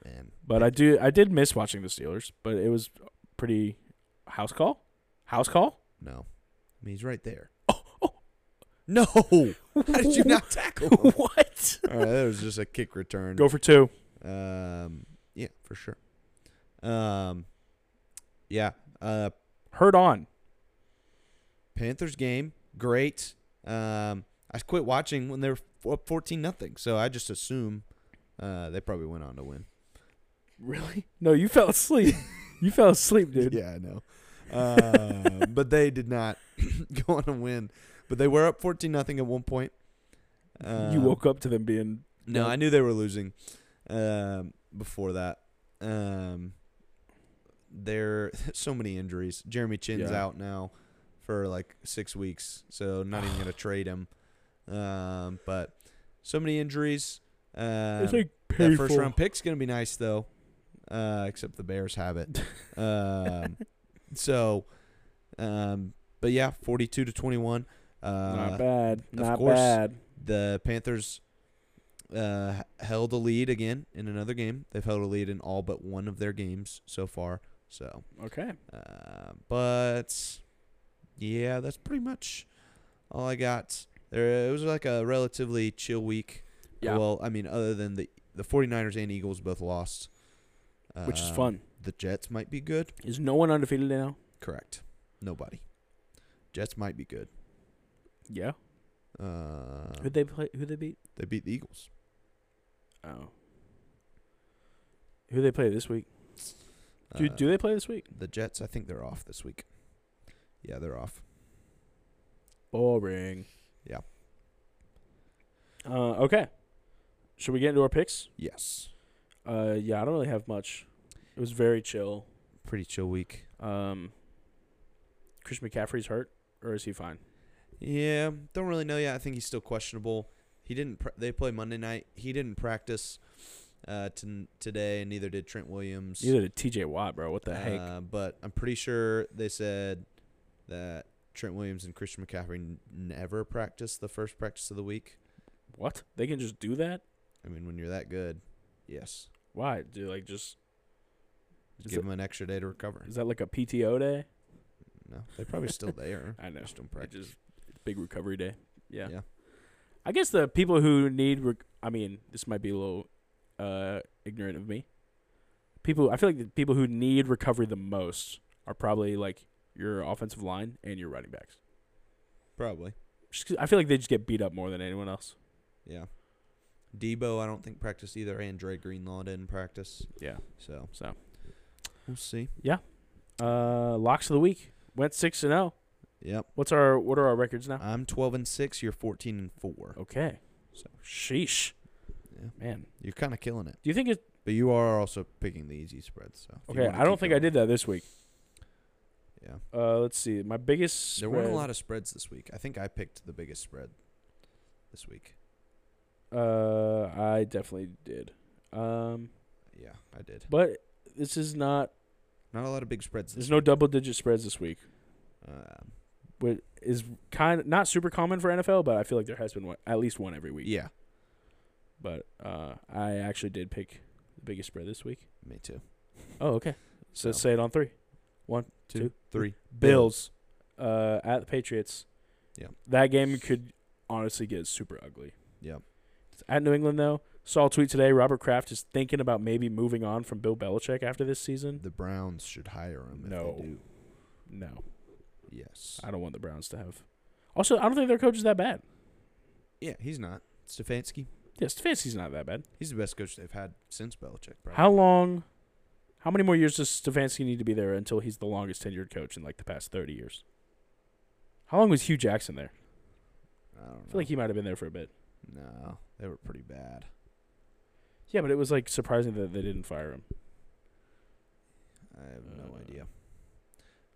Speaker 2: Man,
Speaker 1: but I do I did miss watching the Steelers. But it was pretty house call, house call.
Speaker 2: no, I mean he's right there.
Speaker 1: Oh, oh.
Speaker 2: No, [laughs] [laughs] how did you not tackle him?
Speaker 1: [laughs] what?
Speaker 2: All right, that was just a kick return.
Speaker 1: Go for two.
Speaker 2: Um, yeah, for sure. Um, yeah. Uh,
Speaker 1: Hurt on.
Speaker 2: Panthers game, great. Um, I quit watching when they were f- up fourteen nothing, so I just assume uh, they probably went on to win.
Speaker 1: Really? No, you fell
Speaker 2: [laughs]
Speaker 1: asleep. you fell asleep, dude.
Speaker 2: Yeah, I [laughs] know. Uh, but they did not [laughs] go on to win. But they were up fourteen nothing at one point.
Speaker 1: you
Speaker 2: Um,
Speaker 1: woke up to them being
Speaker 2: No,
Speaker 1: Nope.
Speaker 2: I knew they were losing um, before that. Um, there, [laughs] so many injuries. Jeremy Chin's
Speaker 1: Yeah.
Speaker 2: out now for like six weeks, so not even
Speaker 1: [sighs]
Speaker 2: gonna trade him. Um, but so many injuries. Um,
Speaker 1: it's like
Speaker 2: that
Speaker 1: painful.
Speaker 2: first round pick's gonna be nice though, uh, except the Bears have
Speaker 1: [laughs]
Speaker 2: it. um, so, um, but yeah, forty-two to twenty-one. Uh,
Speaker 1: Not bad.
Speaker 2: of
Speaker 1: Not
Speaker 2: course.
Speaker 1: bad.
Speaker 2: the Panthers uh, h- held a lead again in another game. They've held a lead in all but one of their games so far. So,
Speaker 1: Okay.
Speaker 2: uh, but yeah, that's pretty much all I got. There, it was like a relatively chill week.
Speaker 1: Yeah.
Speaker 2: Well, I mean, other than the the 49ers and Eagles both lost,
Speaker 1: Which is
Speaker 2: Um,
Speaker 1: fun.
Speaker 2: The Jets might be good.
Speaker 1: Is no one undefeated now?
Speaker 2: Correct. Nobody. Jets might be good.
Speaker 1: Yeah.
Speaker 2: Uh,
Speaker 1: Who they play? Who they beat?
Speaker 2: they beat the Eagles.
Speaker 1: Oh. Who they play this week? Do
Speaker 2: Uh,
Speaker 1: do they play this week?
Speaker 2: The Jets, I think they're off this week. Yeah, they're off.
Speaker 1: Boring.
Speaker 2: Yeah.
Speaker 1: Uh, okay. Should we get into our picks?
Speaker 2: Yes.
Speaker 1: Uh, yeah, I don't really have much. It was very chill.
Speaker 2: Pretty chill week.
Speaker 1: Um, Christian McCaffrey's hurt, or is he fine?
Speaker 2: Yeah, don't really know yet. I think he's still questionable. He didn't. Pr- they play Monday night. He didn't practice uh, t- today, and neither did Trent Williams.
Speaker 1: Neither did T.J. Watt, bro. What the heck?
Speaker 2: Uh, but I'm pretty sure they said that Trent Williams and Christian McCaffrey n- never practiced the first practice of the week.
Speaker 1: What? They can just do that?
Speaker 2: I mean, when you're that good, yes,
Speaker 1: Why? Do like just Is
Speaker 2: give
Speaker 1: it-
Speaker 2: him an extra day to recover.
Speaker 1: is that like a PTO day?
Speaker 2: No, they're probably still there.
Speaker 1: [laughs] I know.
Speaker 2: Just don't
Speaker 1: It
Speaker 2: practice.
Speaker 1: just big recovery day. Yeah.
Speaker 2: Yeah.
Speaker 1: I guess the people who need, rec- I mean, this might be a little uh, ignorant of me. People, I feel like the people who need recovery the most are probably like your offensive line and your running backs.
Speaker 2: Probably.
Speaker 1: Just 'cause I feel like they just get beat up more than anyone else.
Speaker 2: Yeah. Debo, I don't think practiced either, and Dre Greenlaw didn't practice.
Speaker 1: Yeah.
Speaker 2: So
Speaker 1: So,
Speaker 2: we'll see.
Speaker 1: uh, locks of the week went six and zero.
Speaker 2: Yep.
Speaker 1: What's our what are our records now?
Speaker 2: I'm 12 and six. You're 14 and four.
Speaker 1: Okay.
Speaker 2: So-
Speaker 1: Sheesh.
Speaker 2: Yeah.
Speaker 1: Man,
Speaker 2: You're kind of killing it,
Speaker 1: do you think it?
Speaker 2: but you are also picking the easy spreads. So if you
Speaker 1: Okay,
Speaker 2: wanna
Speaker 1: I don't
Speaker 2: keep
Speaker 1: think I
Speaker 2: going.
Speaker 1: did that this week.
Speaker 2: Yeah.
Speaker 1: Uh, let's see. My biggest.
Speaker 2: There weren't a
Speaker 1: spread-
Speaker 2: lot of spreads this week. I think I picked the biggest spread this week.
Speaker 1: Uh, I definitely did. Um,
Speaker 2: Yeah, I did.
Speaker 1: but this is not.
Speaker 2: Not a lot of big spreads. This
Speaker 1: There's no double digit spreads this week,
Speaker 2: Um,
Speaker 1: which is kind of not super common for NFL, but I feel like there has been one, at least one every week.
Speaker 2: yeah,
Speaker 1: But uh, I actually did pick the biggest spread this week.
Speaker 2: me too.
Speaker 1: Oh, okay. So,
Speaker 2: So,
Speaker 1: say it on three.
Speaker 2: two,
Speaker 1: two,
Speaker 2: three.
Speaker 1: Bills, uh, at the Patriots.
Speaker 2: Yep.
Speaker 1: That game could honestly get super ugly.
Speaker 2: Yep.
Speaker 1: It's at New England though. Saw a tweet today. Robert Kraft is thinking about maybe moving on from Bill Belichick after this season.
Speaker 2: The Browns should hire him. If
Speaker 1: No.
Speaker 2: They do.
Speaker 1: No.
Speaker 2: Yes.
Speaker 1: I don't want the Browns to have. Also, I don't think their coach is that bad.
Speaker 2: yeah, he's not Stefanski.
Speaker 1: Yeah, Stefanski's not that bad.
Speaker 2: He's the best coach they've had since Belichick. Probably.
Speaker 1: How long? How many more years does Stefanski need to be there until he's the longest tenured coach in like the past thirty years? How long was Hugh Jackson there?
Speaker 2: I don't know.
Speaker 1: I feel like he might have been there for a bit.
Speaker 2: no, they were pretty bad.
Speaker 1: Yeah, but it was like surprising that they didn't fire him.
Speaker 2: I have no
Speaker 1: Uh,
Speaker 2: idea.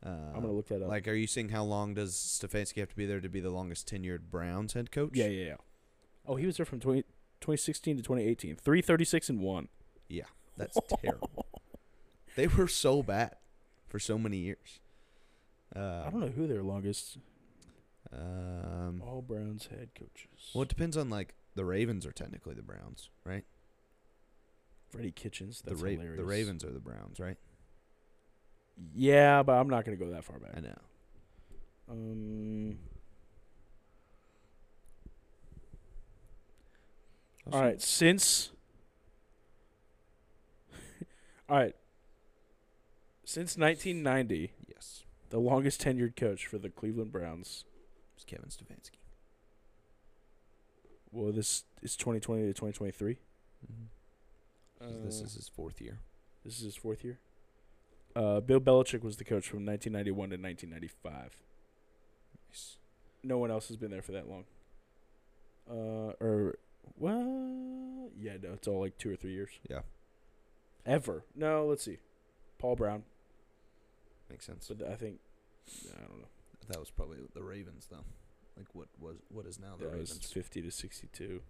Speaker 2: Uh,
Speaker 1: I'm gonna look that up.
Speaker 2: Like, are you saying how long does Stefanski have to be there to be the longest tenured Browns head coach?
Speaker 1: yeah, yeah, yeah. Oh, he was there from 20, 2016 to 2018, 336 and 1.
Speaker 2: That's terrible.
Speaker 1: [laughs]
Speaker 2: They were so bad for so many years. Uh,
Speaker 1: I don't Oh, know who their longest
Speaker 2: Um,
Speaker 1: all Browns head coaches.
Speaker 2: well, it depends on like the Ravens are technically the Browns, right?
Speaker 1: Freddie Kitchens.
Speaker 2: The,
Speaker 1: That's
Speaker 2: Ra-
Speaker 1: hilarious.
Speaker 2: the Ravens are the Browns, right?
Speaker 1: Yeah, but I'm not going to go that far
Speaker 2: I
Speaker 1: back.
Speaker 2: know.
Speaker 1: Um,
Speaker 2: I'll
Speaker 1: all
Speaker 2: see.
Speaker 1: right, since. [laughs] all right. Since 1990,
Speaker 2: Yes,
Speaker 1: the longest tenured coach for the Cleveland Browns.
Speaker 2: it's Kevin Stefanski.
Speaker 1: Well, this is 2020 to 2023. Mm-hmm.
Speaker 2: So
Speaker 1: Uh,
Speaker 2: this is his fourth year.
Speaker 1: This is his fourth year. Uh, Bill Belichick was the coach from 1991 to 1995.
Speaker 2: Nice.
Speaker 1: No one else has been there for that long. Uh, or well, yeah, no, it's all like two or three years.
Speaker 2: Yeah.
Speaker 1: Ever? No, let's see. Paul Brown,
Speaker 2: Makes sense.
Speaker 1: but I think I don't know.
Speaker 2: that was probably the Ravens, though. Like what was what is now the
Speaker 1: That was
Speaker 2: Ravens?
Speaker 1: 50 to 62.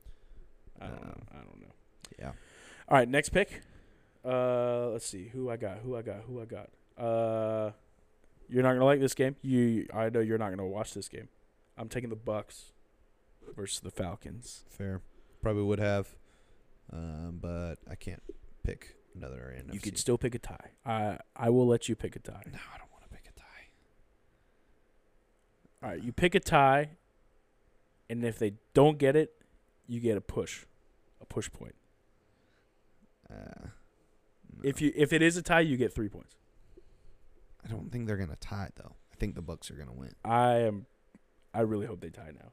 Speaker 1: I don't know.
Speaker 2: Um,
Speaker 1: I don't know.
Speaker 2: yeah.
Speaker 1: All right, next pick. Uh, let's see who I got. Who I got. Who I got. Uh, you're not gonna like this game. You, I know you're not gonna watch this game. I'm taking the Bucks versus the Falcons.
Speaker 2: Fair. Probably would have, um, but I can't pick another NFC.
Speaker 1: You could still pick a tie. I I will let you pick a tie.
Speaker 2: no, I don't want to pick a tie.
Speaker 1: All right, you pick a tie, and if they don't get it, you get a push, a push point.
Speaker 2: Uh,
Speaker 1: If you if it is a tie, you get three points.
Speaker 2: I don't think they're gonna tie it though. I think the Bucks are gonna win.
Speaker 1: I am, I really hope they tie now.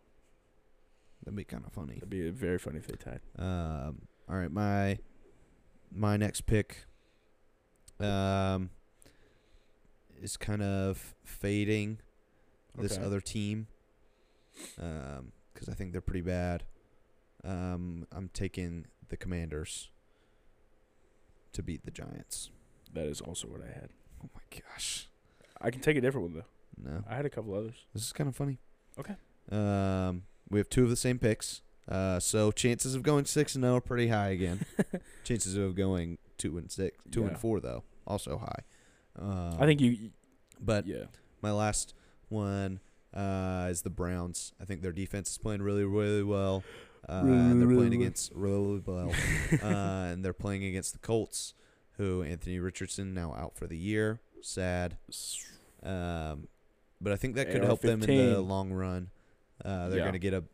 Speaker 2: That'd be kind of funny.
Speaker 1: It'd be very funny if they tied.
Speaker 2: Um, all right, my my next pick um is kind of fading this
Speaker 1: Okay.
Speaker 2: other team um because I think they're pretty bad. Um, I'm taking the Commanders to beat the Giants.
Speaker 1: That is also what I had.
Speaker 2: Oh my gosh,
Speaker 1: I can take a different one though.
Speaker 2: no.
Speaker 1: I had a couple others.
Speaker 2: This is kind of funny.
Speaker 1: Okay.
Speaker 2: Um, we have two of the same picks. Uh, so chances of going six and zero are pretty
Speaker 1: [laughs]
Speaker 2: high again. chances of going two and six, two
Speaker 1: Yeah.
Speaker 2: and four though, also high. Um,
Speaker 1: I think you.
Speaker 2: But
Speaker 1: yeah.
Speaker 2: my last one uh, is the Browns. I think their defense is playing really, really well. Uh,
Speaker 1: Really,
Speaker 2: and they're
Speaker 1: really,
Speaker 2: playing
Speaker 1: really well.
Speaker 2: against
Speaker 1: [laughs]
Speaker 2: really well, uh, and they're playing against the Colts, who Anthony Richardson now out for the year. Sad. Um, but I think that could help them in the
Speaker 1: AR-15.
Speaker 2: long run. Uh, they're
Speaker 1: Yeah.
Speaker 2: going to get a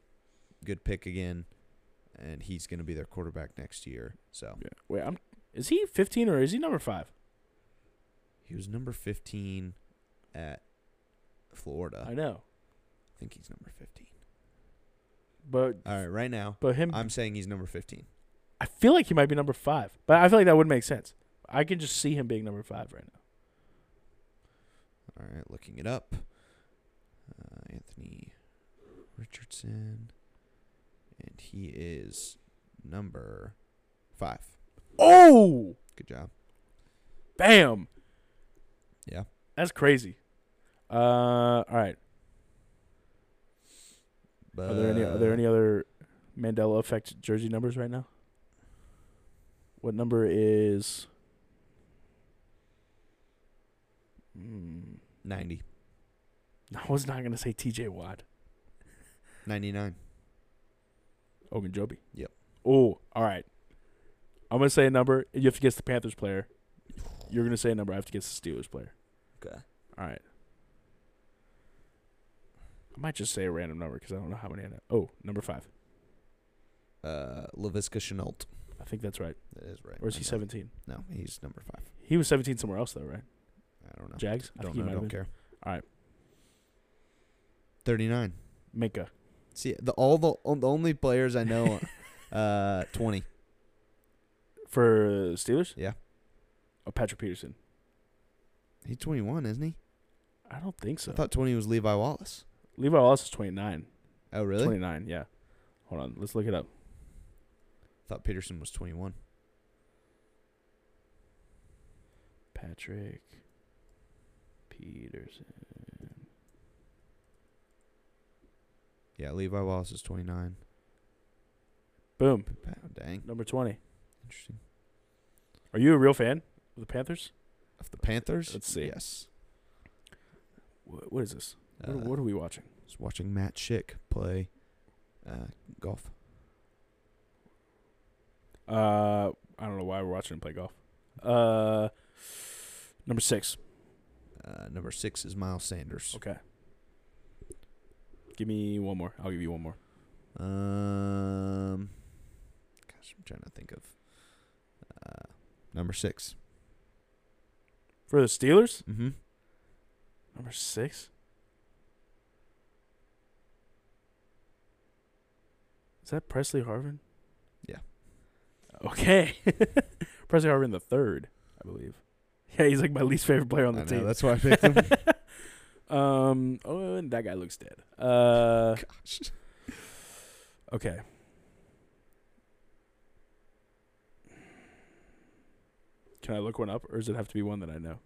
Speaker 2: good pick again, and he's going to be their quarterback next year. So
Speaker 1: Yeah. Wait, I'm. Is he 15 or is he number five?
Speaker 2: he was number 15 at Florida. I,
Speaker 1: I know,
Speaker 2: think he's number 15.
Speaker 1: but
Speaker 2: All right, right now,
Speaker 1: but him. i
Speaker 2: I'm saying he's number 15.
Speaker 1: feel like he might be number five, but I feel like that would make sense. I can just see him being number five right now.
Speaker 2: All right, looking it up. Uh, Anthony Richardson, and he is number five.
Speaker 1: Oh,
Speaker 2: Good job.
Speaker 1: bam!
Speaker 2: Yeah.
Speaker 1: That's crazy. Uh, all right.
Speaker 2: But
Speaker 1: Are there any Are there any other Mandela effect jersey numbers right now? What number is? Hmm.
Speaker 2: 90,
Speaker 1: I was not gonna say T.J. Watt.
Speaker 2: 99.
Speaker 1: Ogunjobi.
Speaker 2: Yep.
Speaker 1: Oh, all right. I'm gonna say a number. and You have to guess the Panthers player. You're gonna say a number. I have to guess the Steelers player.
Speaker 2: Okay.
Speaker 1: All right. I might just say a random number because I don't know how many I know. Oh, number five.
Speaker 2: Uh, Laviska Chenault.
Speaker 1: I think that's right.
Speaker 2: That is right.
Speaker 1: Or is
Speaker 2: I
Speaker 1: he
Speaker 2: know.
Speaker 1: 17?
Speaker 2: No, he's number five.
Speaker 1: He was 17 somewhere else though, right?
Speaker 2: I don't know.
Speaker 1: Jags. I
Speaker 2: don't
Speaker 1: think he
Speaker 2: know.
Speaker 1: might have
Speaker 2: Don't
Speaker 1: been.
Speaker 2: care.
Speaker 1: All right.
Speaker 2: Thirty-nine.
Speaker 1: Minka.
Speaker 2: See, the all the, on- the only players
Speaker 1: [laughs]
Speaker 2: I know, uh, twenty.
Speaker 1: For Steelers.
Speaker 2: Yeah.
Speaker 1: Oh, Patrick Peterson.
Speaker 2: He's twenty-one, isn't he?
Speaker 1: I don't think so.
Speaker 2: I thought twenty was Levi Wallace.
Speaker 1: Levi Wallace is 29.
Speaker 2: Oh, really?
Speaker 1: 29. Yeah. Hold on. Let's look it up.
Speaker 2: thought Peterson was twenty-one.
Speaker 1: Patrick Peterson.
Speaker 2: Yeah, Levi Wallace is twenty-nine.
Speaker 1: Boom.
Speaker 2: Oh, dang.
Speaker 1: Number 20.
Speaker 2: Interesting.
Speaker 1: Are you a real fan of the Panthers?
Speaker 2: Of the Panthers?
Speaker 1: Let's see.
Speaker 2: Yes.
Speaker 1: Wh- what is this?
Speaker 2: Uh,
Speaker 1: What, what are we watching?
Speaker 2: was watching Matt Schick play uh, golf.
Speaker 1: Uh, I don't know why we're watching him play golf. Uh, number six.
Speaker 2: Uh, number six is Miles Sanders.
Speaker 1: Okay. Give me one more. I'll give you one more.
Speaker 2: Um, gosh, I'm trying to think of uh, number six.
Speaker 1: For the Steelers,
Speaker 2: Mm-hmm.
Speaker 1: number six. Is that Presley Harvin?
Speaker 2: Yeah.
Speaker 1: Okay. [laughs] Presley Harvin the third, I believe. Yeah, he's like my least favorite player on the
Speaker 2: I know,
Speaker 1: team.
Speaker 2: that's why I
Speaker 1: [laughs]
Speaker 2: picked him.
Speaker 1: um. Oh, and that guy looks dead. Uh.
Speaker 2: gosh.
Speaker 1: Okay. Can I look one up, or does it have to be one that I know?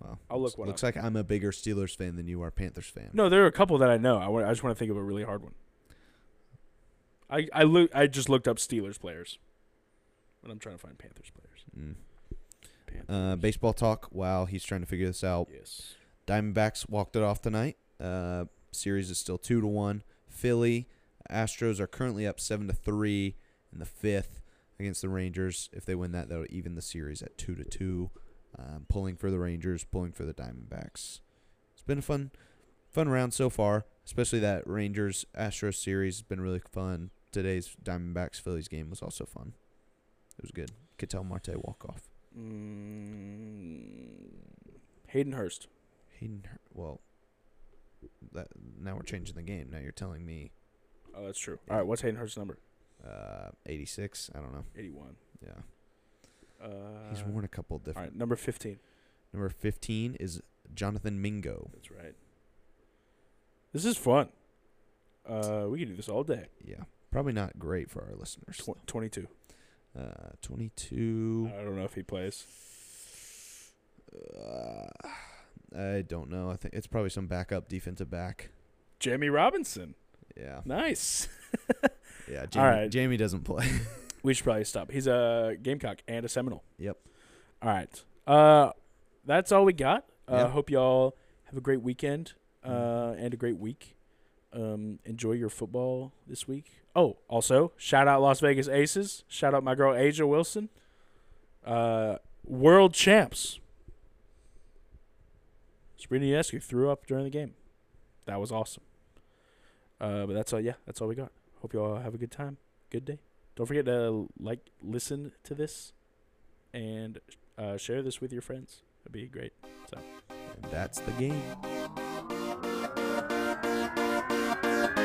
Speaker 2: Well,
Speaker 1: I'll look
Speaker 2: looks-
Speaker 1: one
Speaker 2: Looks like I'm a bigger Steelers fan than you are Panthers fan.
Speaker 1: No, there are a couple that I know. I, wa- I just want to think of a really hard one. I I look. I just looked up Steelers players, but I'm trying to find Panthers players.
Speaker 2: Mm.
Speaker 1: Panthers.
Speaker 2: Uh, baseball talk while he's trying to figure this out.
Speaker 1: yes.
Speaker 2: Diamondbacks walked it off tonight. Uh, series is still two to one. Philly Astros are currently up seven to three in the fifth against the Rangers. If they win that, that'll even the series at two to two. Um, pulling for the Rangers, pulling for the Diamondbacks. It's been a fun, fun round so far. Especially that Rangers Astros series has been really fun. Today's Diamondbacks Phillies game was also fun. It was good. Ketel Marte walk off.
Speaker 1: Mm, Hayden Hurst.
Speaker 2: Hayden, Hur- well, that now we're changing the game. Now you're telling me
Speaker 1: Oh, that's true. All right, what's Hayden Hurst's number?
Speaker 2: uh, 86. I don't know.
Speaker 1: 81.
Speaker 2: Yeah,
Speaker 1: Uh,
Speaker 2: he's worn a couple
Speaker 1: All
Speaker 2: different.
Speaker 1: right, number 15.
Speaker 2: Number 15 is Jonathan Mingo.
Speaker 1: That's right. This is fun. Uh, we can do this all day.
Speaker 2: Yeah, probably not great for our listeners.
Speaker 1: Tw- 22.
Speaker 2: Uh,
Speaker 1: I
Speaker 2: 22.
Speaker 1: don't know if he plays.
Speaker 2: Uh, I don't know. I think it's probably some backup defensive back.
Speaker 1: Jamie Robinson.
Speaker 2: Yeah,
Speaker 1: Nice. [laughs]
Speaker 2: yeah. Jamie,
Speaker 1: right.
Speaker 2: Jamie doesn't play. [laughs]
Speaker 1: We should probably stop. He's a Gamecock and a Seminole.
Speaker 2: Yep.
Speaker 1: All right. Uh, that's all we got. Uh,
Speaker 2: Yeah.
Speaker 1: Hope y'all have a great weekend uh, and a great week. Um, enjoy your football this week. Oh, also shout out Las Vegas Aces. Shout out my girl Asia Wilson. Uh, world champs. Sabrina Ionescu threw up during the game. That was awesome. Uh, but that's all. Yeah, that's all we got. Hope y'all have a good time. Good day. Don't forget to like, listen to this, and uh, share this with your friends. That'd be great.
Speaker 2: And that's the game.